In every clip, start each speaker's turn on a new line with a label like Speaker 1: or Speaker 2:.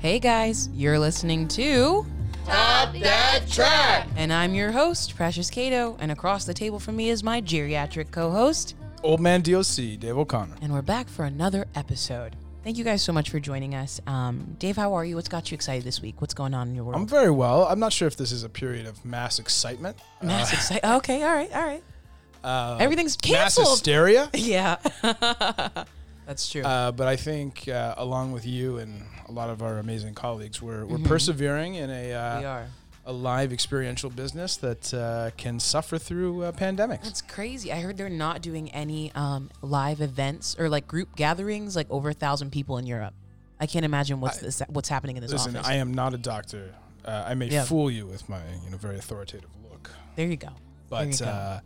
Speaker 1: Hey guys, you're listening to
Speaker 2: Top That Track.
Speaker 1: and I'm your host, Precious Cato, and across the table from me is my geriatric co-host,
Speaker 3: Old Man DOC, Dave O'Connor.
Speaker 1: and we're back for another episode. Thank you guys so much for joining us. Um, Dave, how are you? What's got you excited this week? What's going on in your world?
Speaker 3: I'm very well. I'm not sure if this is a period of mass excitement, uh,
Speaker 1: mass excited. Okay, all right, all right. Everything's
Speaker 3: mass
Speaker 1: canceled.
Speaker 3: hysteria,
Speaker 1: yeah, that's true.
Speaker 3: uh, but I think uh, along with you and a lot of our amazing colleagues, we're, we're persevering in a
Speaker 1: Mm-hmm. we
Speaker 3: uh,
Speaker 1: are.
Speaker 3: a live experiential business that uh, can suffer through uh, pandemics.
Speaker 1: That's crazy. I heard they're not doing any um, live events or like group gatherings, like over a thousand people in Europe. I can't imagine what's this, what's happening in this
Speaker 3: Listen,
Speaker 1: office.
Speaker 3: I am not a doctor. Uh, I may
Speaker 1: Yeah.
Speaker 3: fool you with my you know very authoritative look,
Speaker 1: there you go. There you
Speaker 3: but
Speaker 1: go.
Speaker 3: uh,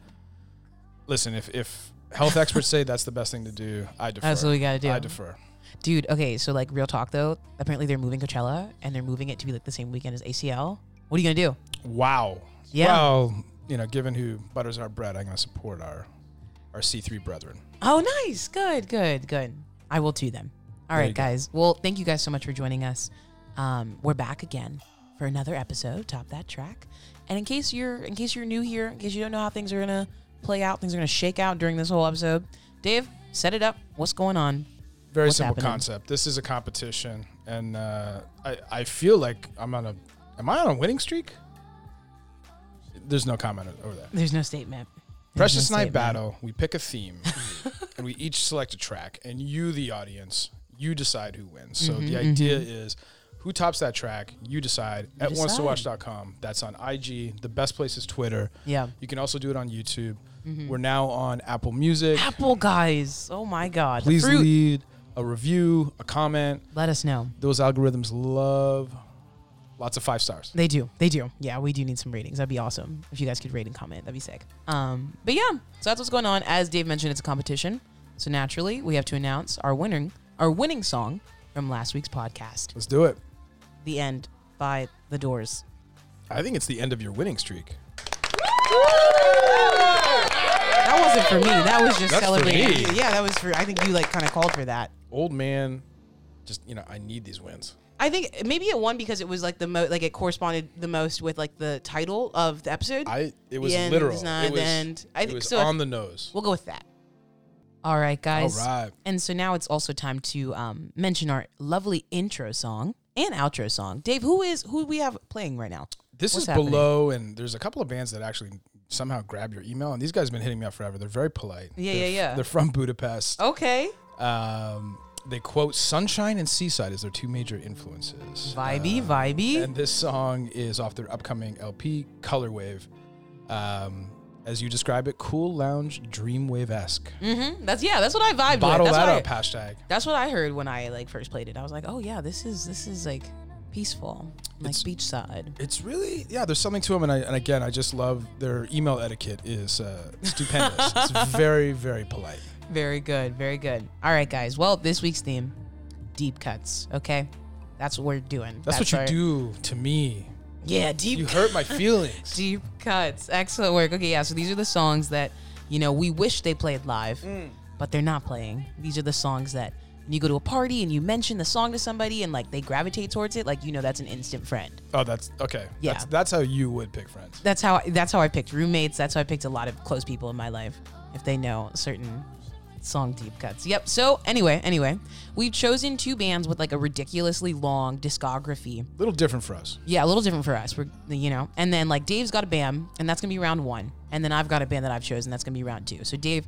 Speaker 3: listen, if if health experts say that's the best thing to do, I defer.
Speaker 1: That's what we gotta do.
Speaker 3: I defer.
Speaker 1: Dude, okay, so like real talk though, apparently they're moving Coachella and they're moving it to be like the same weekend as ACL. What are you gonna do?
Speaker 3: Wow.
Speaker 1: Yeah.
Speaker 3: Well, you know, given who butters our bread, I'm going to support our our C3 brethren.
Speaker 1: Oh, nice. Good, good, good. I will too then. All
Speaker 3: There
Speaker 1: right,
Speaker 3: you go.
Speaker 1: guys. Well, thank you guys so much for joining us. Um, we're back again for another episode, Top That Track. And in case you're in case you're new here, in case you don't know how things are gonna play out, things are gonna shake out during this whole episode, Dave, set it up. What's going on?
Speaker 3: Very
Speaker 1: What's
Speaker 3: simple
Speaker 1: happening?
Speaker 3: concept. This is a competition, and uh, I I feel like I'm on a am I on a winning streak? There's no comment o- over there.
Speaker 1: There's no statement. There's
Speaker 3: Precious
Speaker 1: no
Speaker 3: and I
Speaker 1: statement.
Speaker 3: battle. We pick a theme, and we each select a track, and you, the audience, you decide who wins. So the
Speaker 1: Mm-hmm,
Speaker 3: idea is. Who tops that track? You decide. At
Speaker 1: decide.
Speaker 3: oncetowatch.com. That's on IG. The best place is Twitter.
Speaker 1: Yeah.
Speaker 3: You can also do it on YouTube. We're now on Apple Music.
Speaker 1: Mm-hmm. Apple guys. Oh my god. The
Speaker 3: Please
Speaker 1: fruit.
Speaker 3: lead a review, a comment.
Speaker 1: Let us know.
Speaker 3: Those algorithms love lots of five stars.
Speaker 1: They do. They do. Yeah, we do need some ratings. That'd be awesome if you guys could rate and comment. That'd be sick. Um, but yeah, so that's what's going on. As Dave mentioned, it's a competition, so naturally we have to announce our winning our winning song from last week's podcast,
Speaker 3: Let's do it.
Speaker 1: "The End" by The Doors.
Speaker 3: I think it's the end of your winning streak.
Speaker 1: That wasn't for me. That was just
Speaker 3: That's for
Speaker 1: celebrating.
Speaker 3: me.
Speaker 1: you. Yeah, that was for. I think you like kind of called for that.
Speaker 3: Old man, just, you know, I need these wins.
Speaker 1: I think maybe it won because it was like the most like it corresponded the most with like the title of the episode.
Speaker 3: I It was
Speaker 1: The end
Speaker 3: literal.
Speaker 1: is not
Speaker 3: it
Speaker 1: the
Speaker 3: was,
Speaker 1: end. I
Speaker 3: it
Speaker 1: think
Speaker 3: was
Speaker 1: so.
Speaker 3: on the nose.
Speaker 1: we'll go with that. All right, guys.
Speaker 3: All right.
Speaker 1: And so now it's also time to um, mention our lovely intro song and outro song. Dave, who is who we have playing right now?
Speaker 3: This
Speaker 1: What's
Speaker 3: is
Speaker 1: happening?
Speaker 3: below, and there's a couple of bands that actually somehow grab your email, and these guys have been hitting me up forever. They're very polite.
Speaker 1: Yeah,
Speaker 3: They're
Speaker 1: yeah, yeah.
Speaker 3: They're from Budapest.
Speaker 1: Okay.
Speaker 3: Um, they quote Sunshine and Seaside as their two major influences.
Speaker 1: Vibey, vibey.
Speaker 3: And this song is off their upcoming LP, Color Wave. Um, as you describe it, cool lounge, dreamwave esque.
Speaker 1: hmm That's yeah, that's what I vibed
Speaker 3: Bottle
Speaker 1: with. That's
Speaker 3: that
Speaker 1: what
Speaker 3: up,
Speaker 1: I,
Speaker 3: hashtag.
Speaker 1: that's what I heard when I like first played it. I was like, oh yeah, this is this is like peaceful. Like
Speaker 3: It's-
Speaker 1: beachside.
Speaker 3: It's really, yeah, there's something to them. And, I, and again, I just love their email etiquette is uh, stupendous. it's very, very polite.
Speaker 1: Very good, very good. All right, guys. Well, this week's theme, deep cuts. Okay. That's what we're doing.
Speaker 3: That's, what you
Speaker 1: our-
Speaker 3: do to me.
Speaker 1: Yeah, deep
Speaker 3: You hurt my feelings.
Speaker 1: Deep cuts. Excellent work. Okay, yeah, so these are the songs that, you know, we wish they played live, but they're not playing. These are the songs that when you go to a party and you mention the song to somebody and like they gravitate towards it, like you know that's an instant friend.
Speaker 3: Oh, that's okay.
Speaker 1: Yeah.
Speaker 3: That's, that's how you would pick friends.
Speaker 1: That's how that's how I picked roommates. That's how I picked a lot of close people in my life if they know certain song deep cuts. Yep. So, anyway, anyway, we've chosen two bands with like a ridiculously long discography.
Speaker 3: A little different for us.
Speaker 1: Yeah, a little different for us. We're you know, and then like Dave's got a band, and that's gonna be round one, and then I've got a band that I've chosen. That's gonna be round two. So Dave,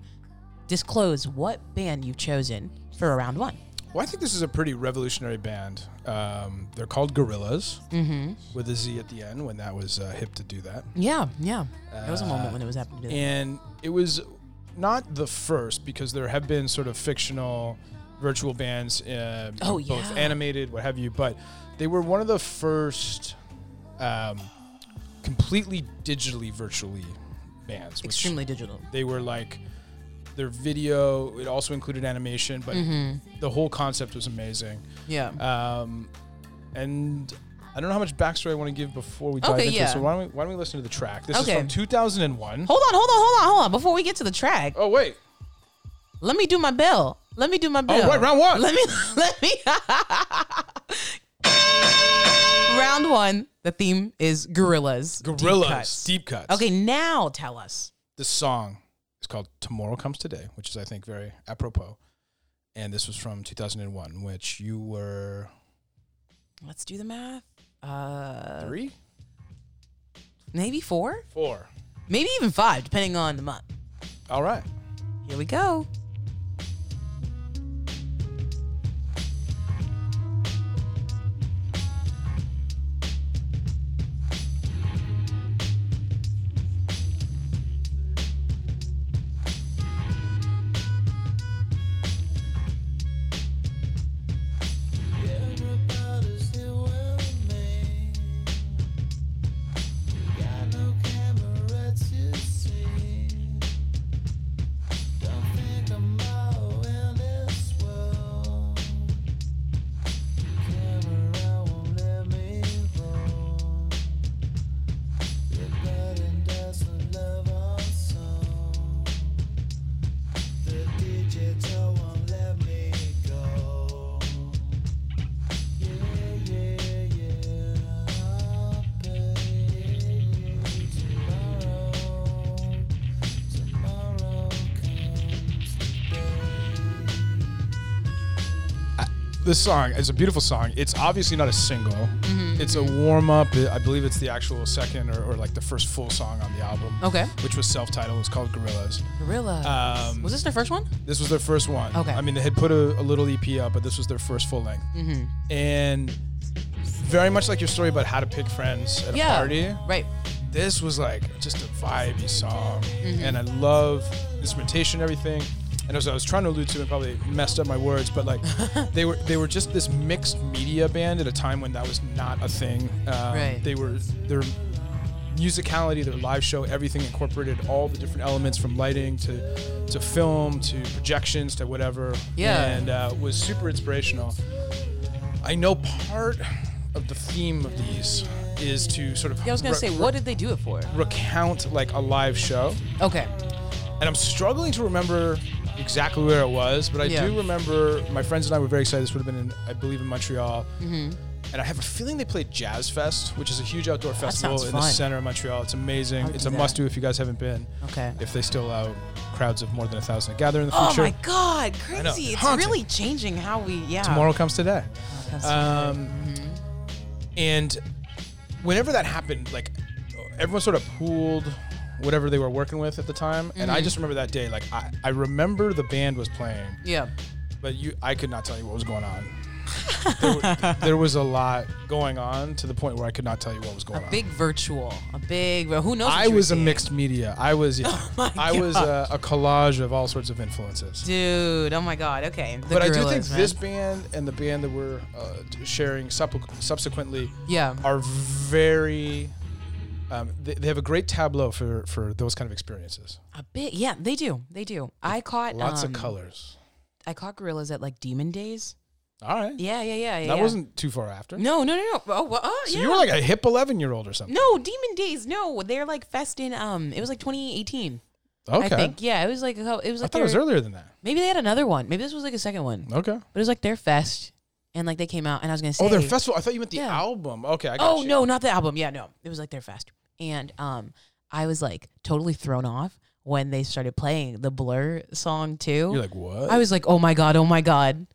Speaker 1: disclose what band you've chosen for a round one.
Speaker 3: Well, I think this is a pretty revolutionary band. Um, they're called Gorillas
Speaker 1: Mm-hmm.
Speaker 3: with a Z at the end when that was uh, hip to do that.
Speaker 1: Yeah, yeah. There was a moment when it was happening.
Speaker 3: And it was not the first because there have been sort of fictional virtual bands, uh,
Speaker 1: Oh,
Speaker 3: both
Speaker 1: yeah.
Speaker 3: animated, what have you, but they were one of the first um, completely digitally, virtually bands. which-
Speaker 1: Extremely digital.
Speaker 3: they were like their video it also included animation but
Speaker 1: Mm-hmm.
Speaker 3: the whole concept was amazing
Speaker 1: Yeah.
Speaker 3: um, and i don't know how much backstory i want to give before we dive
Speaker 1: Okay,
Speaker 3: into
Speaker 1: yeah.
Speaker 3: it so why don't, we, why don't we listen to the track this
Speaker 1: Okay.
Speaker 3: is from 2001
Speaker 1: hold on, hold on, hold on, hold on. Before we get to the track,
Speaker 3: oh wait
Speaker 1: let me do
Speaker 3: Oh,
Speaker 1: my bell. Let me do my bell.
Speaker 3: right, round one.
Speaker 1: Let me let me one, the theme is gorillas. Deep
Speaker 3: Gorillas,
Speaker 1: cuts.
Speaker 3: deep cuts.
Speaker 1: Okay, now tell us.
Speaker 3: This song is called Tomorrow Comes Today, which is, I think, very apropos. And this was from 2001, which you were
Speaker 1: Let's do the math. Uh,
Speaker 3: three?
Speaker 1: maybe four,
Speaker 3: Four.
Speaker 1: maybe even five, depending on the month.
Speaker 3: All right.
Speaker 1: Here we go.
Speaker 3: this song is a beautiful song. It's obviously not a single.
Speaker 1: Mm-hmm.
Speaker 3: It's a warm up. I believe it's the actual second or, or like the first full song on the album.
Speaker 1: Okay.
Speaker 3: Which was self titled. It's called Gorillas.
Speaker 1: Gorillas.
Speaker 3: Um,
Speaker 1: was this their first one?
Speaker 3: This was their first one.
Speaker 1: Okay.
Speaker 3: I mean, they had put a, a little EP out, but this was their first full length.
Speaker 1: Mm-hmm.
Speaker 3: And very much like your story about how to pick friends at a
Speaker 1: Yeah.
Speaker 3: party,
Speaker 1: Right.
Speaker 3: this was like just a vibey song.
Speaker 1: Mm-hmm.
Speaker 3: And I love instrumentation, and everything. And as I was trying to allude to, and probably messed up my words, but like they were they were just this mixed media band at a time when that was not a thing. Um,
Speaker 1: Right.
Speaker 3: They were their musicality, their live show, everything incorporated all the different elements from lighting to to film to projections to whatever.
Speaker 1: Yeah.
Speaker 3: And uh, was super inspirational. I know part of the theme of these is to sort of
Speaker 1: Yeah, I was gonna
Speaker 3: re-
Speaker 1: say,
Speaker 3: re-
Speaker 1: what did they do it for?
Speaker 3: recount like a live show
Speaker 1: Okay.
Speaker 3: and i'm struggling to remember exactly where it was but i
Speaker 1: Yeah.
Speaker 3: do remember my friends and i were very excited this would have been in i believe in montreal
Speaker 1: Mm-hmm.
Speaker 3: and i have a feeling they played jazz fest which is a huge outdoor festival
Speaker 1: sounds
Speaker 3: in the
Speaker 1: fun.
Speaker 3: center of montreal it's amazing
Speaker 1: would
Speaker 3: it's
Speaker 1: do
Speaker 3: a
Speaker 1: that.
Speaker 3: must do if you guys haven't been
Speaker 1: Okay.
Speaker 3: if they still allow crowds of more than a thousand to gather in the
Speaker 1: Oh
Speaker 3: future
Speaker 1: my God,
Speaker 3: know,
Speaker 1: crazy! It's
Speaker 3: haunting.
Speaker 1: really changing how we. Yeah.
Speaker 3: tomorrow
Speaker 1: Oh.
Speaker 3: comes today
Speaker 1: That's-
Speaker 3: Um,
Speaker 1: Mm-hmm.
Speaker 3: And whenever that happened, like everyone sort of pooled whatever they were working with at the time. And
Speaker 1: Mm-hmm.
Speaker 3: I just remember that day, like I, I remember the band was playing,
Speaker 1: yeah.
Speaker 3: but you, I could not tell you what was going on. there, were- there was a lot going on to the point where I could not tell you what was going on.
Speaker 1: Big virtual. A big. Well, who knows? what
Speaker 3: I
Speaker 1: you were
Speaker 3: was a
Speaker 1: seeing.
Speaker 3: mixed media. I was, yeah,
Speaker 1: Oh my
Speaker 3: I was a, a collage of all sorts of influences.
Speaker 1: dude. Oh my God. Okay. The
Speaker 3: but I do
Speaker 1: Gorillaz,
Speaker 3: think
Speaker 1: man.
Speaker 3: this band and the band that we're uh, sharing subsequ- subsequently
Speaker 1: Yeah.
Speaker 3: are very um, they, they have a great tableau for for those kind of experiences
Speaker 1: A bit, yeah, they do, they do. I caught
Speaker 3: lots
Speaker 1: um,
Speaker 3: of colors
Speaker 1: I caught gorillas at like Demon Days.
Speaker 3: all right
Speaker 1: Yeah, yeah, yeah, yeah.
Speaker 3: that
Speaker 1: yeah.
Speaker 3: wasn't too far after
Speaker 1: No, no, no, no. Oh, well, uh,
Speaker 3: so
Speaker 1: yeah.
Speaker 3: you were like a hip 11 year old or something
Speaker 1: no Demon Days. No, they're like fest in um. It was like 2018.
Speaker 3: okay
Speaker 1: I think. Yeah, it was like a co- it was
Speaker 3: I
Speaker 1: like
Speaker 3: thought it was
Speaker 1: their-
Speaker 3: earlier than that
Speaker 1: maybe they had another one. Maybe this was like a second one.
Speaker 3: okay
Speaker 1: But it was like their fest, and like they came out, and I was gonna say,
Speaker 3: oh their festival i thought you meant the
Speaker 1: Yeah.
Speaker 3: album okay I got
Speaker 1: Oh
Speaker 3: you.
Speaker 1: no, not the album. Yeah, no, it was like their fest, and um, I was like totally thrown off when they started playing the Blur song too.
Speaker 3: you're like what
Speaker 1: I was like, oh my god, oh my god,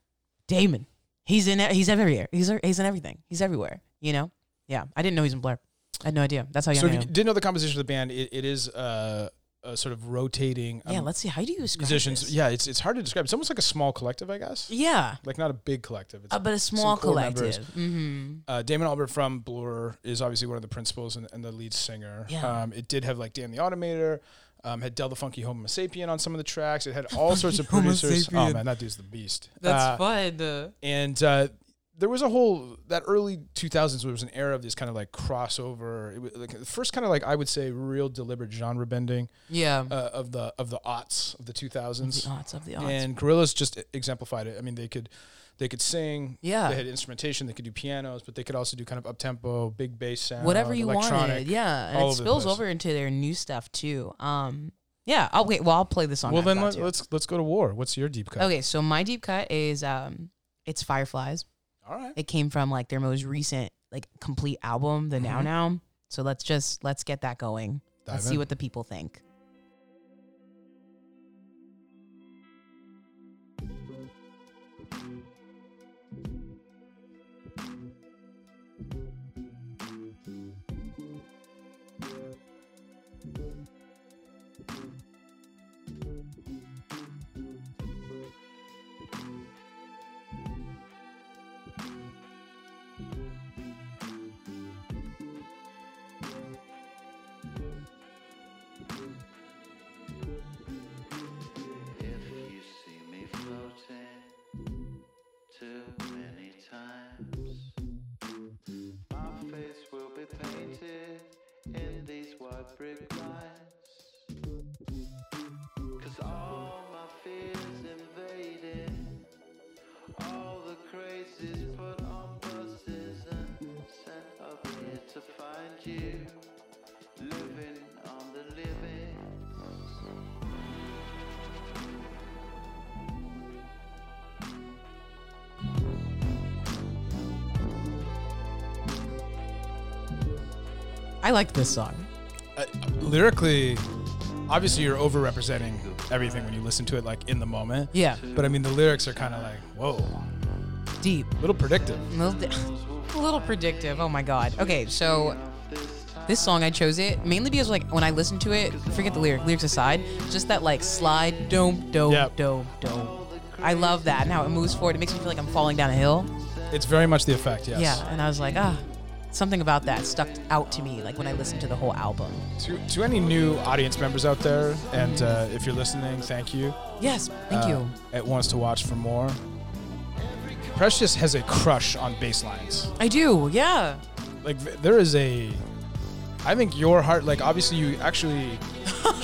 Speaker 1: Damon, he's in, e, he's everywhere, he's he's in everything, he's everywhere. You know, yeah, I didn't know he's in Blur. I had no idea. That's how young
Speaker 3: so
Speaker 1: I
Speaker 3: if you
Speaker 1: am.
Speaker 3: didn't know the composition of the band it, it is uh, a sort of rotating um,
Speaker 1: yeah, let's see. How do you describe
Speaker 3: musicians
Speaker 1: this?
Speaker 3: yeah it's, it's hard to describe it's almost like a small collective i guess
Speaker 1: Yeah,
Speaker 3: like not a big collective it's
Speaker 1: uh, but a small
Speaker 3: core members.
Speaker 1: collective. Mm-hmm.
Speaker 3: Uh, Damon Albert from Blur is obviously one of the principals and, and the lead singer.
Speaker 1: Yeah.
Speaker 3: Um, it did have like Dan the Automator, um, had Del the Funky Homo Sapien on some of the tracks. It had all sorts of producers. Oh man, that dude's the beast. Uh,
Speaker 1: fun.
Speaker 3: and uh, there was a whole that early 2000s was an era of this kind of like crossover. It was like the first kind of like I would say real deliberate genre bending
Speaker 1: yeah.
Speaker 3: uh, of the of the aughts of the 2000s.
Speaker 1: the odds Mm-hmm. of the odds.
Speaker 3: And Gorillaz just e-, exemplified it. I mean, they could they could sing.
Speaker 1: Yeah.
Speaker 3: They had instrumentation. They could do pianos, but they could also do kind of up tempo, big bass sound,
Speaker 1: whatever you
Speaker 3: Uh, electronic.
Speaker 1: wanted. Yeah, and
Speaker 3: all
Speaker 1: it
Speaker 3: over the
Speaker 1: spills
Speaker 3: place.
Speaker 1: over into their new stuff too. Um, yeah. I'll wait. Well, I'll play the song.
Speaker 3: Well,
Speaker 1: I've
Speaker 3: then
Speaker 1: got
Speaker 3: let,
Speaker 1: to.
Speaker 3: let's let's go to war. What's your deep cut?
Speaker 1: Okay, so my deep cut is um, it's Fireflies.
Speaker 3: All right.
Speaker 1: It came from like their most recent like complete album, the Now Now. So let's just let's get that going. let's
Speaker 3: Mm-hmm. Dive
Speaker 1: see
Speaker 3: in.
Speaker 1: what the people think.
Speaker 4: If you see me floating too many times, my face will be painted in these white brick lines. Cause all my fears invaded, all the crazies put on buses and sent up here to find you, living on the living.
Speaker 1: I like this song.
Speaker 3: Uh, lyrically, obviously you're overrepresenting everything when you listen to it like in the moment.
Speaker 1: Yeah.
Speaker 3: But I mean, the lyrics are kind of like, whoa,
Speaker 1: Deep.
Speaker 3: a little predictive.
Speaker 1: A little, di- a little predictive. Oh my god. Okay, so this song I chose it mainly because like when I listen to it, forget the lyric, lyrics aside, just that like slide dome dome
Speaker 3: Yep.
Speaker 1: dome dome. I love that and how it moves forward. It makes me feel like I'm falling down a hill.
Speaker 3: It's very much the effect, yes.
Speaker 1: Yeah, and I was like, ah, something about that stuck out to me like when I listened to the whole album.
Speaker 3: To, to any new audience members out there, and uh, if you're listening, thank you.
Speaker 1: Yes, thank
Speaker 3: Uh,
Speaker 1: you.
Speaker 3: It wants to watch for more. Precious has a crush on bass lines.
Speaker 1: I do. Yeah.
Speaker 3: Like v- there is a, I think your heart. Like obviously you actually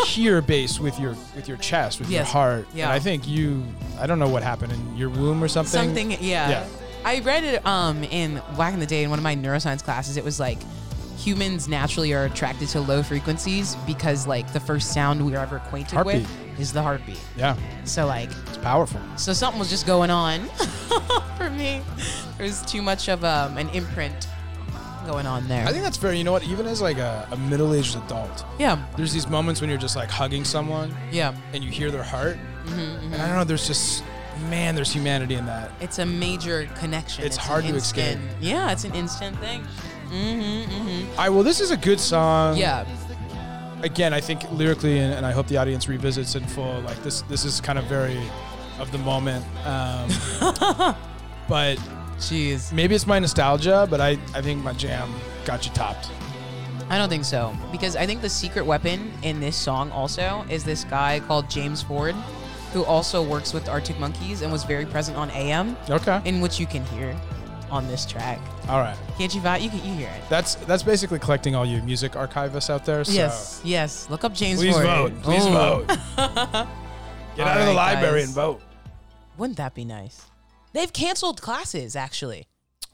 Speaker 3: hear bass with your with your chest with your
Speaker 1: Yes.
Speaker 3: heart.
Speaker 1: Yeah.
Speaker 3: And I think you. I don't know what happened in your womb or something.
Speaker 1: Something, yeah.
Speaker 3: Yeah.
Speaker 1: I read it um in back in the day in one of my neuroscience classes. It was like humans naturally are attracted to low frequencies because like the first sound we are ever acquainted
Speaker 3: Heartbeat.
Speaker 1: with is the heartbeat.
Speaker 3: Yeah.
Speaker 1: So like
Speaker 3: It's powerful.
Speaker 1: so something was just going on for me. There was too much of um an imprint going on there.
Speaker 3: I think that's fair. You know what? Even as like a, a middle-aged adult,
Speaker 1: yeah.
Speaker 3: there's these moments when you're just like hugging someone
Speaker 1: Yeah.
Speaker 3: and you hear their heart.
Speaker 1: Mm-hmm,
Speaker 3: And I don't know. There's just man. There's humanity in that.
Speaker 1: It's a major connection.
Speaker 3: It's
Speaker 1: an
Speaker 3: hard to
Speaker 1: instant-
Speaker 3: escape.
Speaker 1: Yeah, it's an instant thing. Mm-hmm, mm-hmm.
Speaker 3: All right. Well, this is a good song.
Speaker 1: Yeah.
Speaker 3: again, I think lyrically, and, and I hope the audience revisits in full. Like this, this is kind of very of the moment. Um, but
Speaker 1: Jeez.
Speaker 3: maybe it's my nostalgia, but I, I think my jam got you topped.
Speaker 1: I don't think so. Because I think the secret weapon in this song also is this guy called James Ford, who also works with Arctic Monkeys and was very present on AM,
Speaker 3: Okay.
Speaker 1: in which you can hear on this track.
Speaker 3: all right.
Speaker 1: Can't you vibe? You can you hear it.
Speaker 3: That's that's basically collecting all you music archivists out there. So
Speaker 1: Yes, yes. Look up James
Speaker 3: Please
Speaker 1: Ford. Oh.
Speaker 3: vote. Please
Speaker 1: Ooh.
Speaker 3: vote. Get
Speaker 1: All
Speaker 3: out of the
Speaker 1: right,
Speaker 3: library
Speaker 1: guys.
Speaker 3: and vote.
Speaker 1: Wouldn't that be nice? They've canceled classes, actually.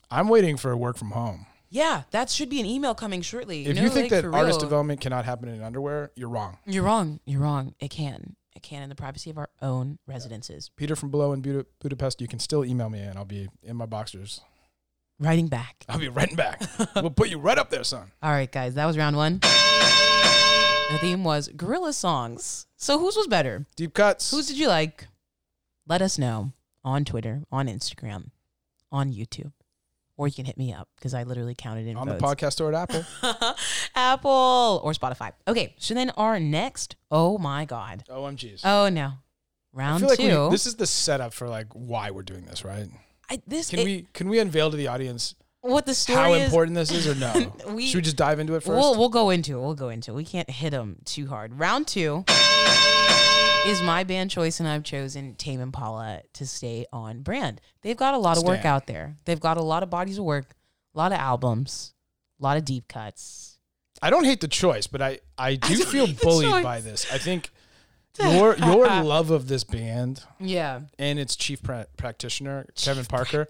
Speaker 3: I'm waiting for work from home.
Speaker 1: Yeah, that should be an email coming shortly.
Speaker 3: If
Speaker 1: No,
Speaker 3: you think
Speaker 1: like,
Speaker 3: that
Speaker 1: for
Speaker 3: artist
Speaker 1: real.
Speaker 3: development cannot happen in underwear, you're wrong.
Speaker 1: You're wrong. You're wrong. It can. It can in the privacy of our own residences.
Speaker 3: Peter from below in Buda- Budapest, you can still email me and I'll be in my boxers.
Speaker 1: Writing back.
Speaker 3: I'll be renting back. we'll put you right up there, son.
Speaker 1: All right, guys, that was round one. The theme was gorilla songs. So whose was better?
Speaker 3: Deep cuts.
Speaker 1: Whose did you like? Let us know on Twitter, on Instagram, on YouTube, or you can hit me up because I literally counted in
Speaker 3: on the
Speaker 1: votes.
Speaker 3: podcast store at Apple?
Speaker 1: Apple or Spotify. Okay, so then our next. Oh my God.
Speaker 3: OMGs.
Speaker 1: Oh no.
Speaker 3: I
Speaker 1: Round
Speaker 3: feel like we-
Speaker 1: two.
Speaker 3: this is the setup for like why we're doing this, right?
Speaker 1: I, this
Speaker 3: Can
Speaker 1: it-
Speaker 3: we can we unveil to the audience
Speaker 1: what the story
Speaker 3: how
Speaker 1: is.
Speaker 3: important this is or no?
Speaker 1: We-
Speaker 3: Should we just dive into it 1st
Speaker 1: We'll we'll go into it. We'll go into it. We can't hit them too hard. Round two is my band choice, and I've chosen Tame Impala to stay on brand. They've got a lot of work
Speaker 3: Stan.
Speaker 1: out there. They've got a lot of bodies of work, a lot of albums, a lot of deep cuts.
Speaker 3: I don't hate the choice, but I I do
Speaker 1: don't
Speaker 3: feel
Speaker 1: hate the
Speaker 3: bullied
Speaker 1: choice.
Speaker 3: by this. I think your your love of this band
Speaker 1: Yeah.
Speaker 3: and its chief pra- practitioner Kevin Parker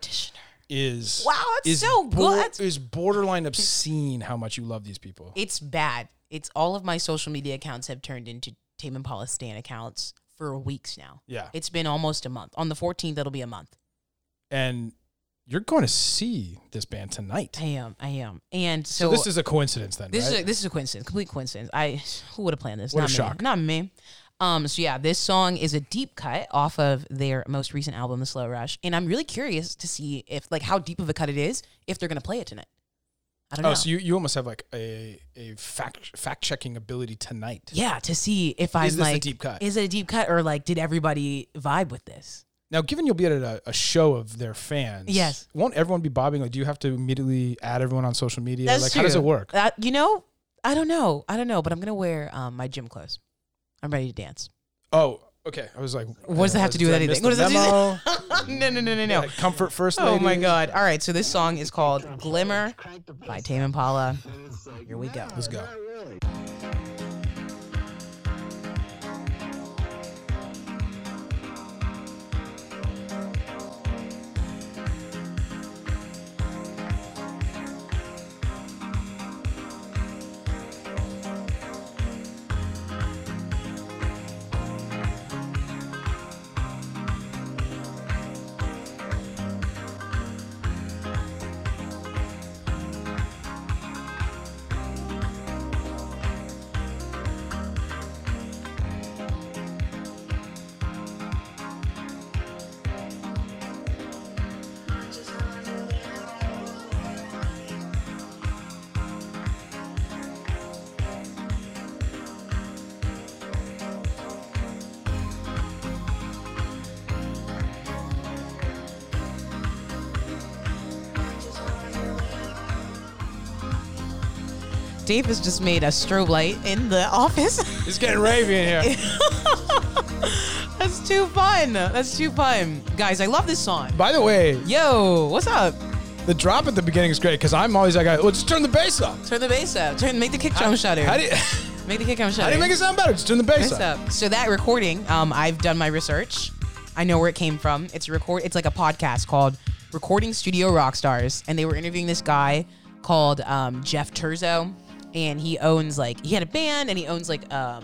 Speaker 3: is
Speaker 1: Wow, that's
Speaker 3: is
Speaker 1: so
Speaker 3: bor-
Speaker 1: good.
Speaker 3: is borderline obscene how much you love these people.
Speaker 1: It's bad. It's all of my social media accounts have turned into Tame Impala Stan accounts for weeks now.
Speaker 3: Yeah,
Speaker 1: It's been almost a month. On the 14th, it'll be a month.
Speaker 3: and you're going to see this band tonight.
Speaker 1: I am. I am. And so,
Speaker 3: so, this is a coincidence then,
Speaker 1: This
Speaker 3: right?
Speaker 1: is a, this is a coincidence, complete coincidence. I who would have planned this?
Speaker 3: What a
Speaker 1: Not me.
Speaker 3: shock.
Speaker 1: Not me. Um, so yeah, this song is a deep cut off of their most recent album, The Slow Rush, and I'm really curious to see if like how deep of a cut it is if they're gonna play it tonight. I don't
Speaker 3: oh,
Speaker 1: know.
Speaker 3: so you, you almost have like a a fact fact checking ability tonight.
Speaker 1: yeah, to see if I'm
Speaker 3: this a
Speaker 1: like,
Speaker 3: deep cut?
Speaker 1: Is it a deep cut or like did everybody vibe with this?
Speaker 3: Now, given you'll be at a, a show of their fans,
Speaker 1: Yes.
Speaker 3: won't everyone be bobbing? Like, do you have to immediately add everyone on social media?
Speaker 1: That's
Speaker 3: like,
Speaker 1: true.
Speaker 3: how does it work?
Speaker 1: That- Uh, you know, I don't know. I don't know, but I'm gonna wear um, my gym clothes. I'm ready to dance.
Speaker 3: Oh, okay. I was like,
Speaker 1: What does that have to do with
Speaker 3: did I miss
Speaker 1: anything? What does
Speaker 3: the
Speaker 1: that
Speaker 3: memo?
Speaker 1: do? no, no, no, no, no.
Speaker 3: Like, comfort first.
Speaker 1: Oh my
Speaker 3: ladies?
Speaker 1: god. All right, so this song is called Glimmer by Tame Impala. Here we go.
Speaker 3: Let's go.
Speaker 1: Dave has just made a strobe light in the office.
Speaker 3: It's getting ravey in here.
Speaker 1: That's too fun. That's too fun. Guys, I love this song.
Speaker 3: By the way,
Speaker 1: Yo, what's up?
Speaker 3: the drop at the beginning is great because I'm always like, oh, just turn the bass up.
Speaker 1: Turn the bass up. Turn make the kick drum shutter.
Speaker 3: How do you,
Speaker 1: make the kick drum shutter.
Speaker 3: how do you make it sound better? Just turn the bass
Speaker 1: Bass
Speaker 3: up.
Speaker 1: up. So that recording, um, I've done my research. I know where it came from. It's a record. It's like a podcast called Recording Studio Rockstars, and they were interviewing this guy called um, Jeff Turzo, and he owns like he had a band, and he owns like um,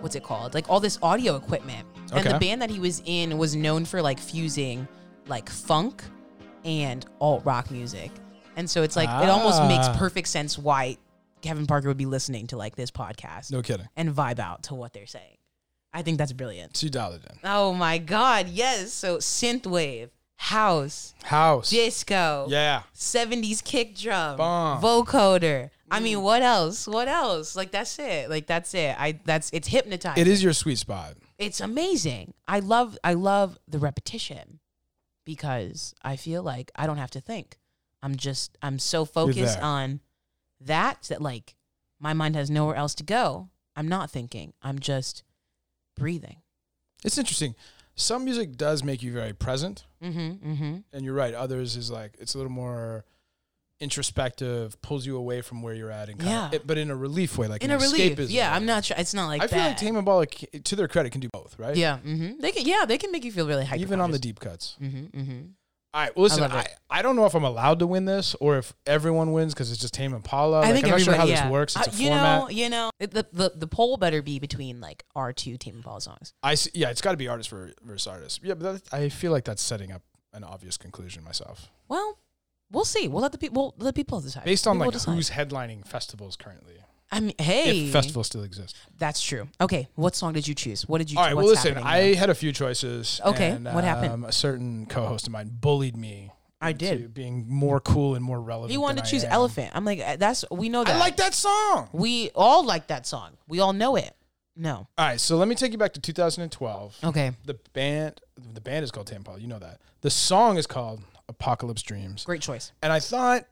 Speaker 1: what's it called? Like all this audio equipment. And the
Speaker 3: Okay.
Speaker 1: band that he was in was known for like fusing like funk and alt rock music, and so it's like it almost makes
Speaker 3: Ah.
Speaker 1: perfect sense why Kevin Parker would be listening to like this podcast
Speaker 3: No kidding.
Speaker 1: and vibe out to what they're saying. I think that's brilliant.
Speaker 3: She dialed it in.
Speaker 1: Oh my God, yes. So synthwave, house,
Speaker 3: House.
Speaker 1: disco,
Speaker 3: Yeah.
Speaker 1: 70s kick drum,
Speaker 3: Bomb. Mm.
Speaker 1: vocoder. I mean, what else? What else? Like that's it. Like that's it. I that's it's hypnotizing.
Speaker 3: It is your sweet spot.
Speaker 1: It's amazing. I love I love the repetition because I feel like I don't have to think. I'm just I'm so focused
Speaker 3: there.
Speaker 1: on that that like my mind has nowhere else to go. I'm not thinking. I'm just breathing.
Speaker 3: It's interesting. Some music does make you very present.
Speaker 1: Mhm. Mhm.
Speaker 3: and you're right. Others is like it's a little more introspective, pulls you away from where you're at, and kind of,
Speaker 1: Yeah.
Speaker 3: it- but in a relief way, like
Speaker 1: In
Speaker 3: an
Speaker 1: a relief.
Speaker 3: escapism
Speaker 1: Yeah,
Speaker 3: way.
Speaker 1: I'm not sure. It's not like
Speaker 3: I feel like
Speaker 1: that.
Speaker 3: Tame Impala, c- to their credit, can do both, right?
Speaker 1: Yeah. Mhm. They can yeah, they can make you feel really hyper.
Speaker 3: Even on the deep cuts.
Speaker 1: Mhm. Mhm.
Speaker 3: All right. Well, listen,
Speaker 1: love
Speaker 3: I,
Speaker 1: it.
Speaker 3: I, don't know if I'm allowed to win this or if everyone wins because it's just Tame Impala. Oh, Like, I'm not sure how
Speaker 1: everybody- yeah.
Speaker 3: this works. It's
Speaker 1: Uh,
Speaker 3: a
Speaker 1: you
Speaker 3: format.
Speaker 1: know, you know, the, the the the poll better be between like our two Tame Impala songs.
Speaker 3: I see, yeah, it's got to be artist ver- versus artist. Yeah, but that, I feel like that's setting up an obvious conclusion myself
Speaker 1: Well, we'll see. We'll let the people we'll let people decide.
Speaker 3: based on
Speaker 1: People
Speaker 3: like
Speaker 1: decide.
Speaker 3: who's headlining festivals currently,
Speaker 1: I mean, hey,
Speaker 3: if festivals still exist.
Speaker 1: that's true. Okay, what song did you choose? What did you?
Speaker 3: All right.
Speaker 1: what's
Speaker 3: Well, listen.
Speaker 1: happening
Speaker 3: I
Speaker 1: now?
Speaker 3: had a few choices.
Speaker 1: Okay,
Speaker 3: and,
Speaker 1: what happened?
Speaker 3: um, A certain co-host of mine bullied me.
Speaker 1: I
Speaker 3: into
Speaker 1: did.
Speaker 3: being more cool and more relevant.
Speaker 1: He wanted
Speaker 3: than
Speaker 1: to
Speaker 3: I
Speaker 1: choose
Speaker 3: am.
Speaker 1: Elephant. I'm like, uh, that's we know that.
Speaker 3: I like that song.
Speaker 1: We all like that song. We all know it. No.
Speaker 3: All right. So let me take you back to 2012.
Speaker 1: Okay.
Speaker 3: The band, the band is called Tampal. You know that. The song is called Apocalypse Dreams.
Speaker 1: Great choice.
Speaker 3: And I thought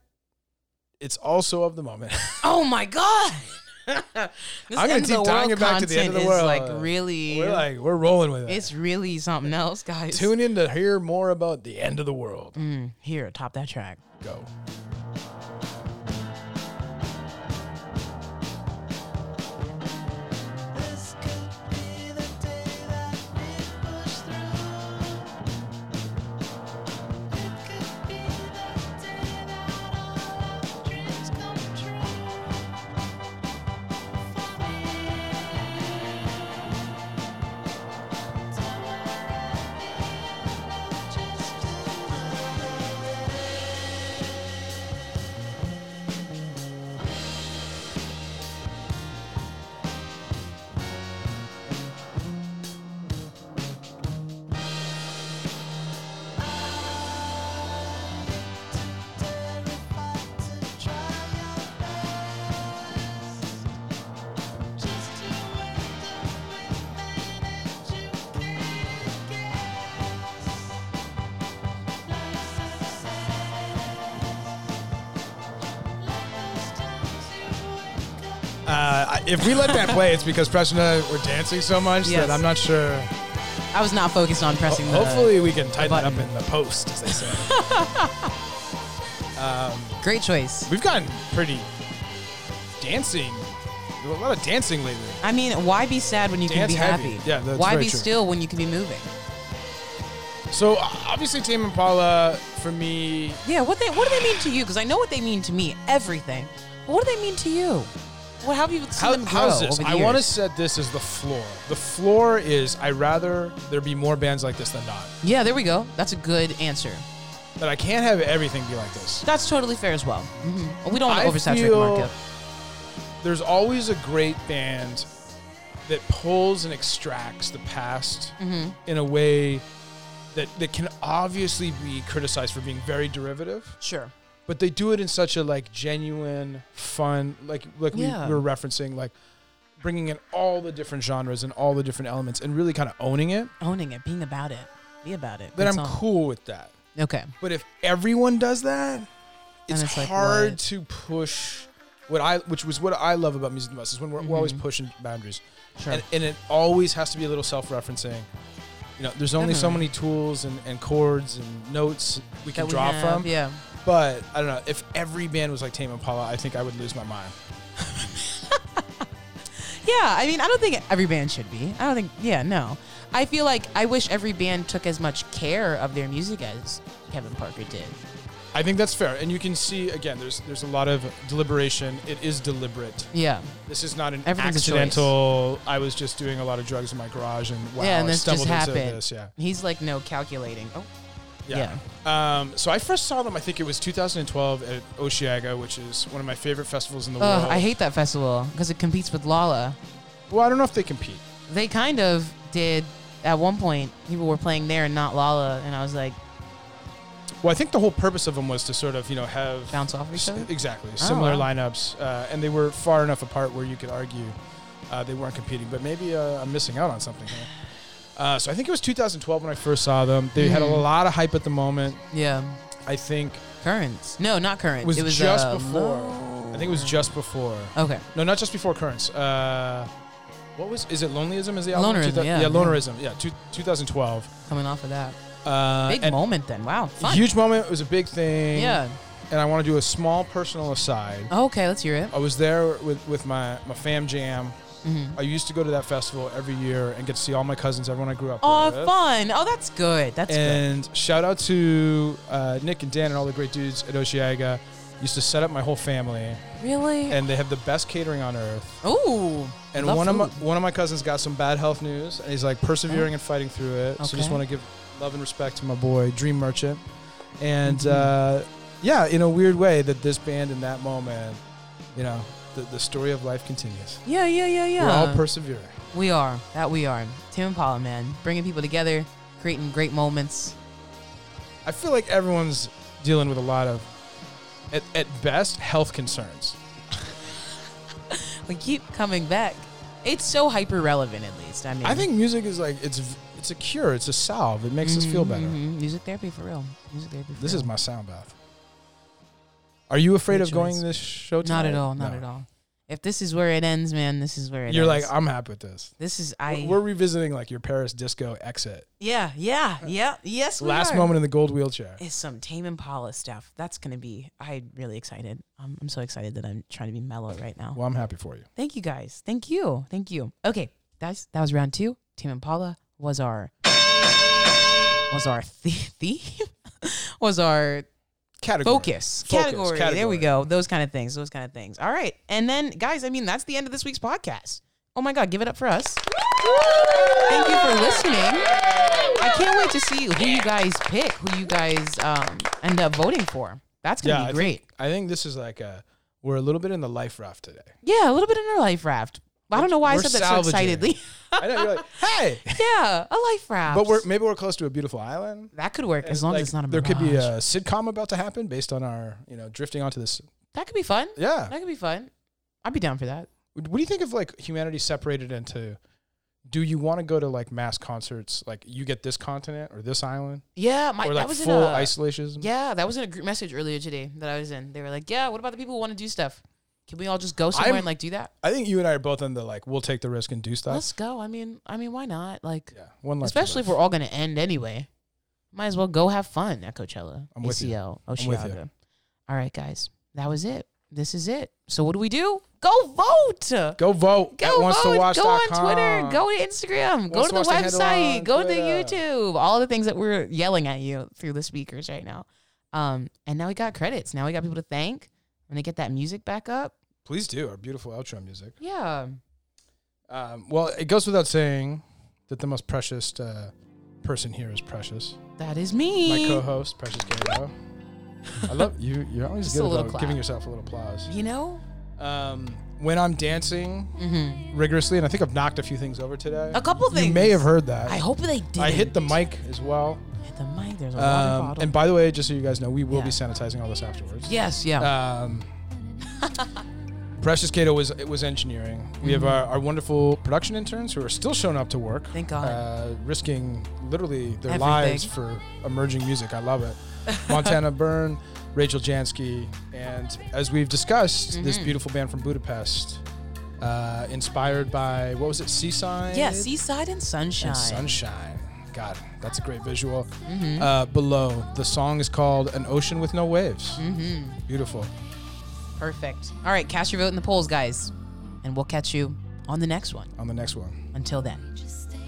Speaker 3: it's also of the moment.
Speaker 1: Oh my god. this
Speaker 3: gonna
Speaker 1: end of
Speaker 3: keep
Speaker 1: the
Speaker 3: tying
Speaker 1: world
Speaker 3: it back to the end
Speaker 1: content
Speaker 3: of the
Speaker 1: is,
Speaker 3: world.
Speaker 1: like really,
Speaker 3: we're like we're rolling with it.
Speaker 1: it's really something else, guys.
Speaker 3: Tune in to hear more about the end of the world.
Speaker 1: Mm, here, top that track.
Speaker 3: Go.
Speaker 5: Just
Speaker 3: Uh, if we let that play, it's because Preston and I were dancing so much
Speaker 1: Yes.
Speaker 3: that I'm not sure.
Speaker 1: I was not focused on pressing the.
Speaker 3: Hopefully, we can tighten it up
Speaker 1: button.
Speaker 3: in the post, as they say.
Speaker 1: Great choice.
Speaker 3: We've gotten pretty dancing. A lot of dancing lately.
Speaker 1: I mean, why be sad when you can
Speaker 3: Dance
Speaker 1: be
Speaker 3: heavy.
Speaker 1: happy?
Speaker 3: Yeah, that's
Speaker 1: why
Speaker 3: very
Speaker 1: be
Speaker 3: true.
Speaker 1: still when you can be moving?
Speaker 3: So uh, obviously, Tame Impala for me,
Speaker 1: Yeah, what they what do they mean to you? Because I know what they mean to me. Everything. But what do they mean to you? What how have you seen
Speaker 3: How-
Speaker 1: them grow
Speaker 3: how's this?
Speaker 1: over the
Speaker 3: I want to
Speaker 1: years?
Speaker 3: set this as the floor. The floor is I rather there be more bands like this than not.
Speaker 1: Yeah, there we go. That's a good answer.
Speaker 3: But I can't have everything be like this.
Speaker 1: That's totally fair as well. hmm We don't want
Speaker 3: I
Speaker 1: to oversaturate
Speaker 3: feel-
Speaker 1: the market.
Speaker 3: There's always a great band that pulls and extracts the past
Speaker 1: Mm-hmm.
Speaker 3: in a way that that can obviously be criticized for being very derivative,
Speaker 1: Sure.
Speaker 3: but they do it in such a like genuine, fun, like like
Speaker 1: Yeah.
Speaker 3: we were referencing, like bringing in all the different genres and all the different elements and really kind of owning it.
Speaker 1: Owning it, being about it. Be about it.
Speaker 3: Then
Speaker 1: That's
Speaker 3: I'm
Speaker 1: all.
Speaker 3: cool with that.
Speaker 1: Okay.
Speaker 3: But if everyone does that, it's,
Speaker 1: it's like,
Speaker 3: hard
Speaker 1: what?
Speaker 3: to push what I, which was what I love about music the most, is when we're, we're
Speaker 1: Mm-hmm.
Speaker 3: always pushing boundaries,
Speaker 1: Sure.
Speaker 3: and, and it always has to be a little self-referencing. You know, there's only so
Speaker 1: Definitely.
Speaker 3: many tools and, and chords and notes we
Speaker 1: Mm-hmm. That
Speaker 3: can
Speaker 1: we
Speaker 3: draw
Speaker 1: have,
Speaker 3: from.
Speaker 1: Yeah.
Speaker 3: But I don't know if every band was like Tame Impala, I think I would lose my mind.
Speaker 1: Yeah, I mean, I don't think every band should be. I don't think, yeah, no. I feel like I wish every band took as much care of their music as Kevin Parker did.
Speaker 3: I think that's fair, and you can see again. There's there's a lot of deliberation. It is deliberate.
Speaker 1: Yeah,
Speaker 3: This is not an
Speaker 1: Everything's a choice.
Speaker 3: accidental. I was just doing a lot of drugs in my garage, and wow,
Speaker 1: yeah, and
Speaker 3: I
Speaker 1: this just
Speaker 3: stumbled into
Speaker 1: happened.
Speaker 3: this. Yeah.
Speaker 1: He's like, no, calculating. Oh,
Speaker 3: Yeah. Um, so I first saw them. I think it was 2012 at Oceaga, which is one of my favorite festivals in the
Speaker 1: Ugh,
Speaker 3: world.
Speaker 1: I hate that festival because it competes with Lala.
Speaker 3: Well, I don't know if they compete.
Speaker 1: They kind of did at one point. People were playing there and not Lala, and I was like,
Speaker 3: Well, I think the whole purpose of them was to sort of you know have
Speaker 1: bounce off of each
Speaker 3: s-
Speaker 1: other. Oh,
Speaker 3: exactly similar
Speaker 1: wow.
Speaker 3: lineups, uh, and they were far enough apart where you could argue uh, they weren't competing. But maybe uh, I'm missing out on something here. Uh, so I think it was 2012 when I first saw them. They had a
Speaker 1: Mhm.
Speaker 3: lot of hype at the moment.
Speaker 1: Yeah,
Speaker 3: I think
Speaker 1: currents. No, not currents.
Speaker 3: it was,
Speaker 1: it was
Speaker 3: just
Speaker 1: uh,
Speaker 3: before. I think it was just before.
Speaker 1: Okay,
Speaker 3: No, not just before Currents. Uh, what was? Is it Lonelyism? Is the album?
Speaker 1: Lonerism,
Speaker 3: Two thou-
Speaker 1: yeah.
Speaker 3: yeah, Lonerism. Yeah, two, 2012.
Speaker 1: coming off of that
Speaker 3: Uh,
Speaker 1: big
Speaker 3: and
Speaker 1: moment. Then wow, fun.
Speaker 3: Huge moment. It was a big thing.
Speaker 1: yeah.
Speaker 3: And I want to do a small personal aside.
Speaker 1: Okay, let's hear it. Mm-hmm.
Speaker 3: I was there with, with my, my fam jam. I used to go to that festival every year and get to see all my cousins, everyone I grew up
Speaker 1: Oh,
Speaker 3: with.
Speaker 1: fun. Oh, that's good. That's
Speaker 3: And shout out to uh, Nick and Dan and all the great dudes at Oceaga. Used to set up my whole family,
Speaker 1: good. Really?
Speaker 3: and they have the best catering on earth.
Speaker 1: Ooh.
Speaker 3: And
Speaker 1: love
Speaker 3: one of my
Speaker 1: food. Oh.
Speaker 3: one of my cousins got some bad health news, and he's like persevering and fighting through it. So just
Speaker 1: Okay.
Speaker 3: want to give love and respect to my boy Dream Merchant, and
Speaker 1: Mhm.
Speaker 3: uh, yeah, in a weird way that this band in that moment, you know, the, the story of life continues.
Speaker 1: Yeah, yeah, yeah, yeah.
Speaker 3: We're all persevering.
Speaker 1: we are. That we are. Tim and Paula, man. Bringing people together, creating great moments.
Speaker 3: I feel like everyone's dealing with a lot of, at, at best, health concerns.
Speaker 1: We keep coming back. It's so hyper relevant, at least. I mean,
Speaker 3: I think music is like it's v- it's a cure. It's a salve. It makes us feel better.
Speaker 1: Mhm. Music therapy for real. Music therapy for
Speaker 3: This
Speaker 1: real.
Speaker 3: is my sound bath. Are you afraid
Speaker 1: Good
Speaker 3: of going
Speaker 1: choice.
Speaker 3: this show?
Speaker 1: Not at
Speaker 3: tonight?
Speaker 1: all. Not
Speaker 3: No.
Speaker 1: at all. If this is where it ends, man, this is where it
Speaker 3: You're like,
Speaker 1: ends.
Speaker 3: I'm happy with this.
Speaker 1: this is, I.
Speaker 3: We're revisiting like your Paris disco exit.
Speaker 1: yeah, yeah, yeah. Yes, we
Speaker 3: Last
Speaker 1: are.
Speaker 3: moment in the gold wheelchair.
Speaker 1: is some Tame Impala stuff. That's gonna be. I'm really excited. Um, I'm, I'm so excited that I'm trying to be mellow right now.
Speaker 3: Well, I'm happy for you.
Speaker 1: Thank you guys. Thank you. Thank you. Okay, that's that was round two. Tame Impala was our was our the- theme was our
Speaker 3: Category.
Speaker 1: focus,
Speaker 3: Focus,
Speaker 1: category. There we go. Those kind of things. Those kind of things. All right, and then guys, I mean that's the end of this week's podcast. Oh my God, give it up for us. Thank you for listening. I can't wait to see who you guys pick, who you guys um, end up voting for. That's gonna
Speaker 3: Yeah, I
Speaker 1: be
Speaker 3: think-
Speaker 1: great.
Speaker 3: I think this is like a we're a little bit in the life raft today.
Speaker 1: yeah, a little bit in our life raft. I don't know why I
Speaker 3: We're
Speaker 1: said that so
Speaker 3: salvaging.
Speaker 1: excitedly.
Speaker 3: I know you're like, hey,
Speaker 1: yeah, a life raft.
Speaker 3: but we're maybe we're close to a beautiful island.
Speaker 1: that could work as long
Speaker 3: Like,
Speaker 1: as it's not a
Speaker 3: There could be
Speaker 1: mirage.
Speaker 3: a sitcom about to happen based on our you know drifting onto this.
Speaker 1: that could be fun.
Speaker 3: Yeah.
Speaker 1: That could be fun. I'd be down for that.
Speaker 3: What do you think of like humanity separated into? Do you want to go to like mass concerts? Like you get this continent or this island
Speaker 1: Yeah, my
Speaker 3: or
Speaker 1: that
Speaker 3: like
Speaker 1: was
Speaker 3: full
Speaker 1: in a,
Speaker 3: isolationism?
Speaker 1: Yeah, that was in a group message earlier today that I was in. They were like, "Yeah, what about the people who want to do stuff?" Can we all just go somewhere
Speaker 3: I'm-
Speaker 1: and like do that?
Speaker 3: I think you and I are both on the like we'll take the risk and do stuff.
Speaker 1: Let's go. I mean, I mean, why not? Like,
Speaker 3: yeah, one life. to
Speaker 1: especially if
Speaker 3: live.
Speaker 1: we're all gonna end anyway, might as well go have fun at Coachella.
Speaker 3: I'm with you.
Speaker 1: ACL,
Speaker 3: I'm with you.
Speaker 1: Oceaga. All right, guys, that was it. This is it. So what do we do? Go vote. Go
Speaker 3: go vote. at
Speaker 1: vote.
Speaker 3: once
Speaker 1: Go on Twitter. Go to Instagram. Go
Speaker 3: Wants
Speaker 1: to
Speaker 3: to
Speaker 1: the
Speaker 3: watch the
Speaker 1: website.
Speaker 3: headline,
Speaker 1: Go to the
Speaker 3: Twitter.
Speaker 1: YouTube. All the things that we're yelling at you through the speakers right now. Um, and now we got credits. Now we got people to thank. I'm gonna get that music back up.
Speaker 3: Please do our beautiful outro music.
Speaker 1: Yeah.
Speaker 3: Um, well, it goes without saying that the most precious uh, person here is precious.
Speaker 1: That is me.
Speaker 3: My co-host, Precious Garrow. I love you. You're always
Speaker 1: Just a
Speaker 3: good
Speaker 1: little
Speaker 3: about
Speaker 1: clap.
Speaker 3: giving yourself a little applause.
Speaker 1: You know?
Speaker 3: Um, when I'm dancing
Speaker 1: Mm-hmm.
Speaker 3: rigorously, and I think I've knocked a few things over today.
Speaker 1: A couple
Speaker 3: You
Speaker 1: things.
Speaker 3: may have heard that.
Speaker 1: I hope they did.
Speaker 3: I hit the mic as well.
Speaker 1: Hit the mic. There's a water
Speaker 3: Um,
Speaker 1: bottle.
Speaker 3: and by the way, just so you guys know, we will
Speaker 1: Yeah.
Speaker 3: be sanitizing all this afterwards.
Speaker 1: yes, yeah.
Speaker 3: Um, Precious Cato was it was engineering. We
Speaker 1: Mm-hmm.
Speaker 3: have our, our wonderful production interns who are still showing up to work.
Speaker 1: Thank God.
Speaker 3: Uh, risking literally their
Speaker 1: Everything.
Speaker 3: lives for emerging music. I love it. Montana Byrne, Rachel Jansky, and as we've discussed, this
Speaker 1: Mm-hmm.
Speaker 3: beautiful band from Budapest, uh, inspired by what was it, Seaside?
Speaker 1: yeah, seaside and sunshine.
Speaker 3: and sunshine. God, that's a great visual.
Speaker 1: Mm-hmm.
Speaker 3: Uh, below, the song is called "An Ocean with No Waves."
Speaker 1: Mm-hmm.
Speaker 3: Beautiful.
Speaker 1: Perfect. All right, cast your vote in the polls, guys. And we'll catch you on the next one.
Speaker 3: On the next one.
Speaker 1: Until then.
Speaker 5: Just stay Oh,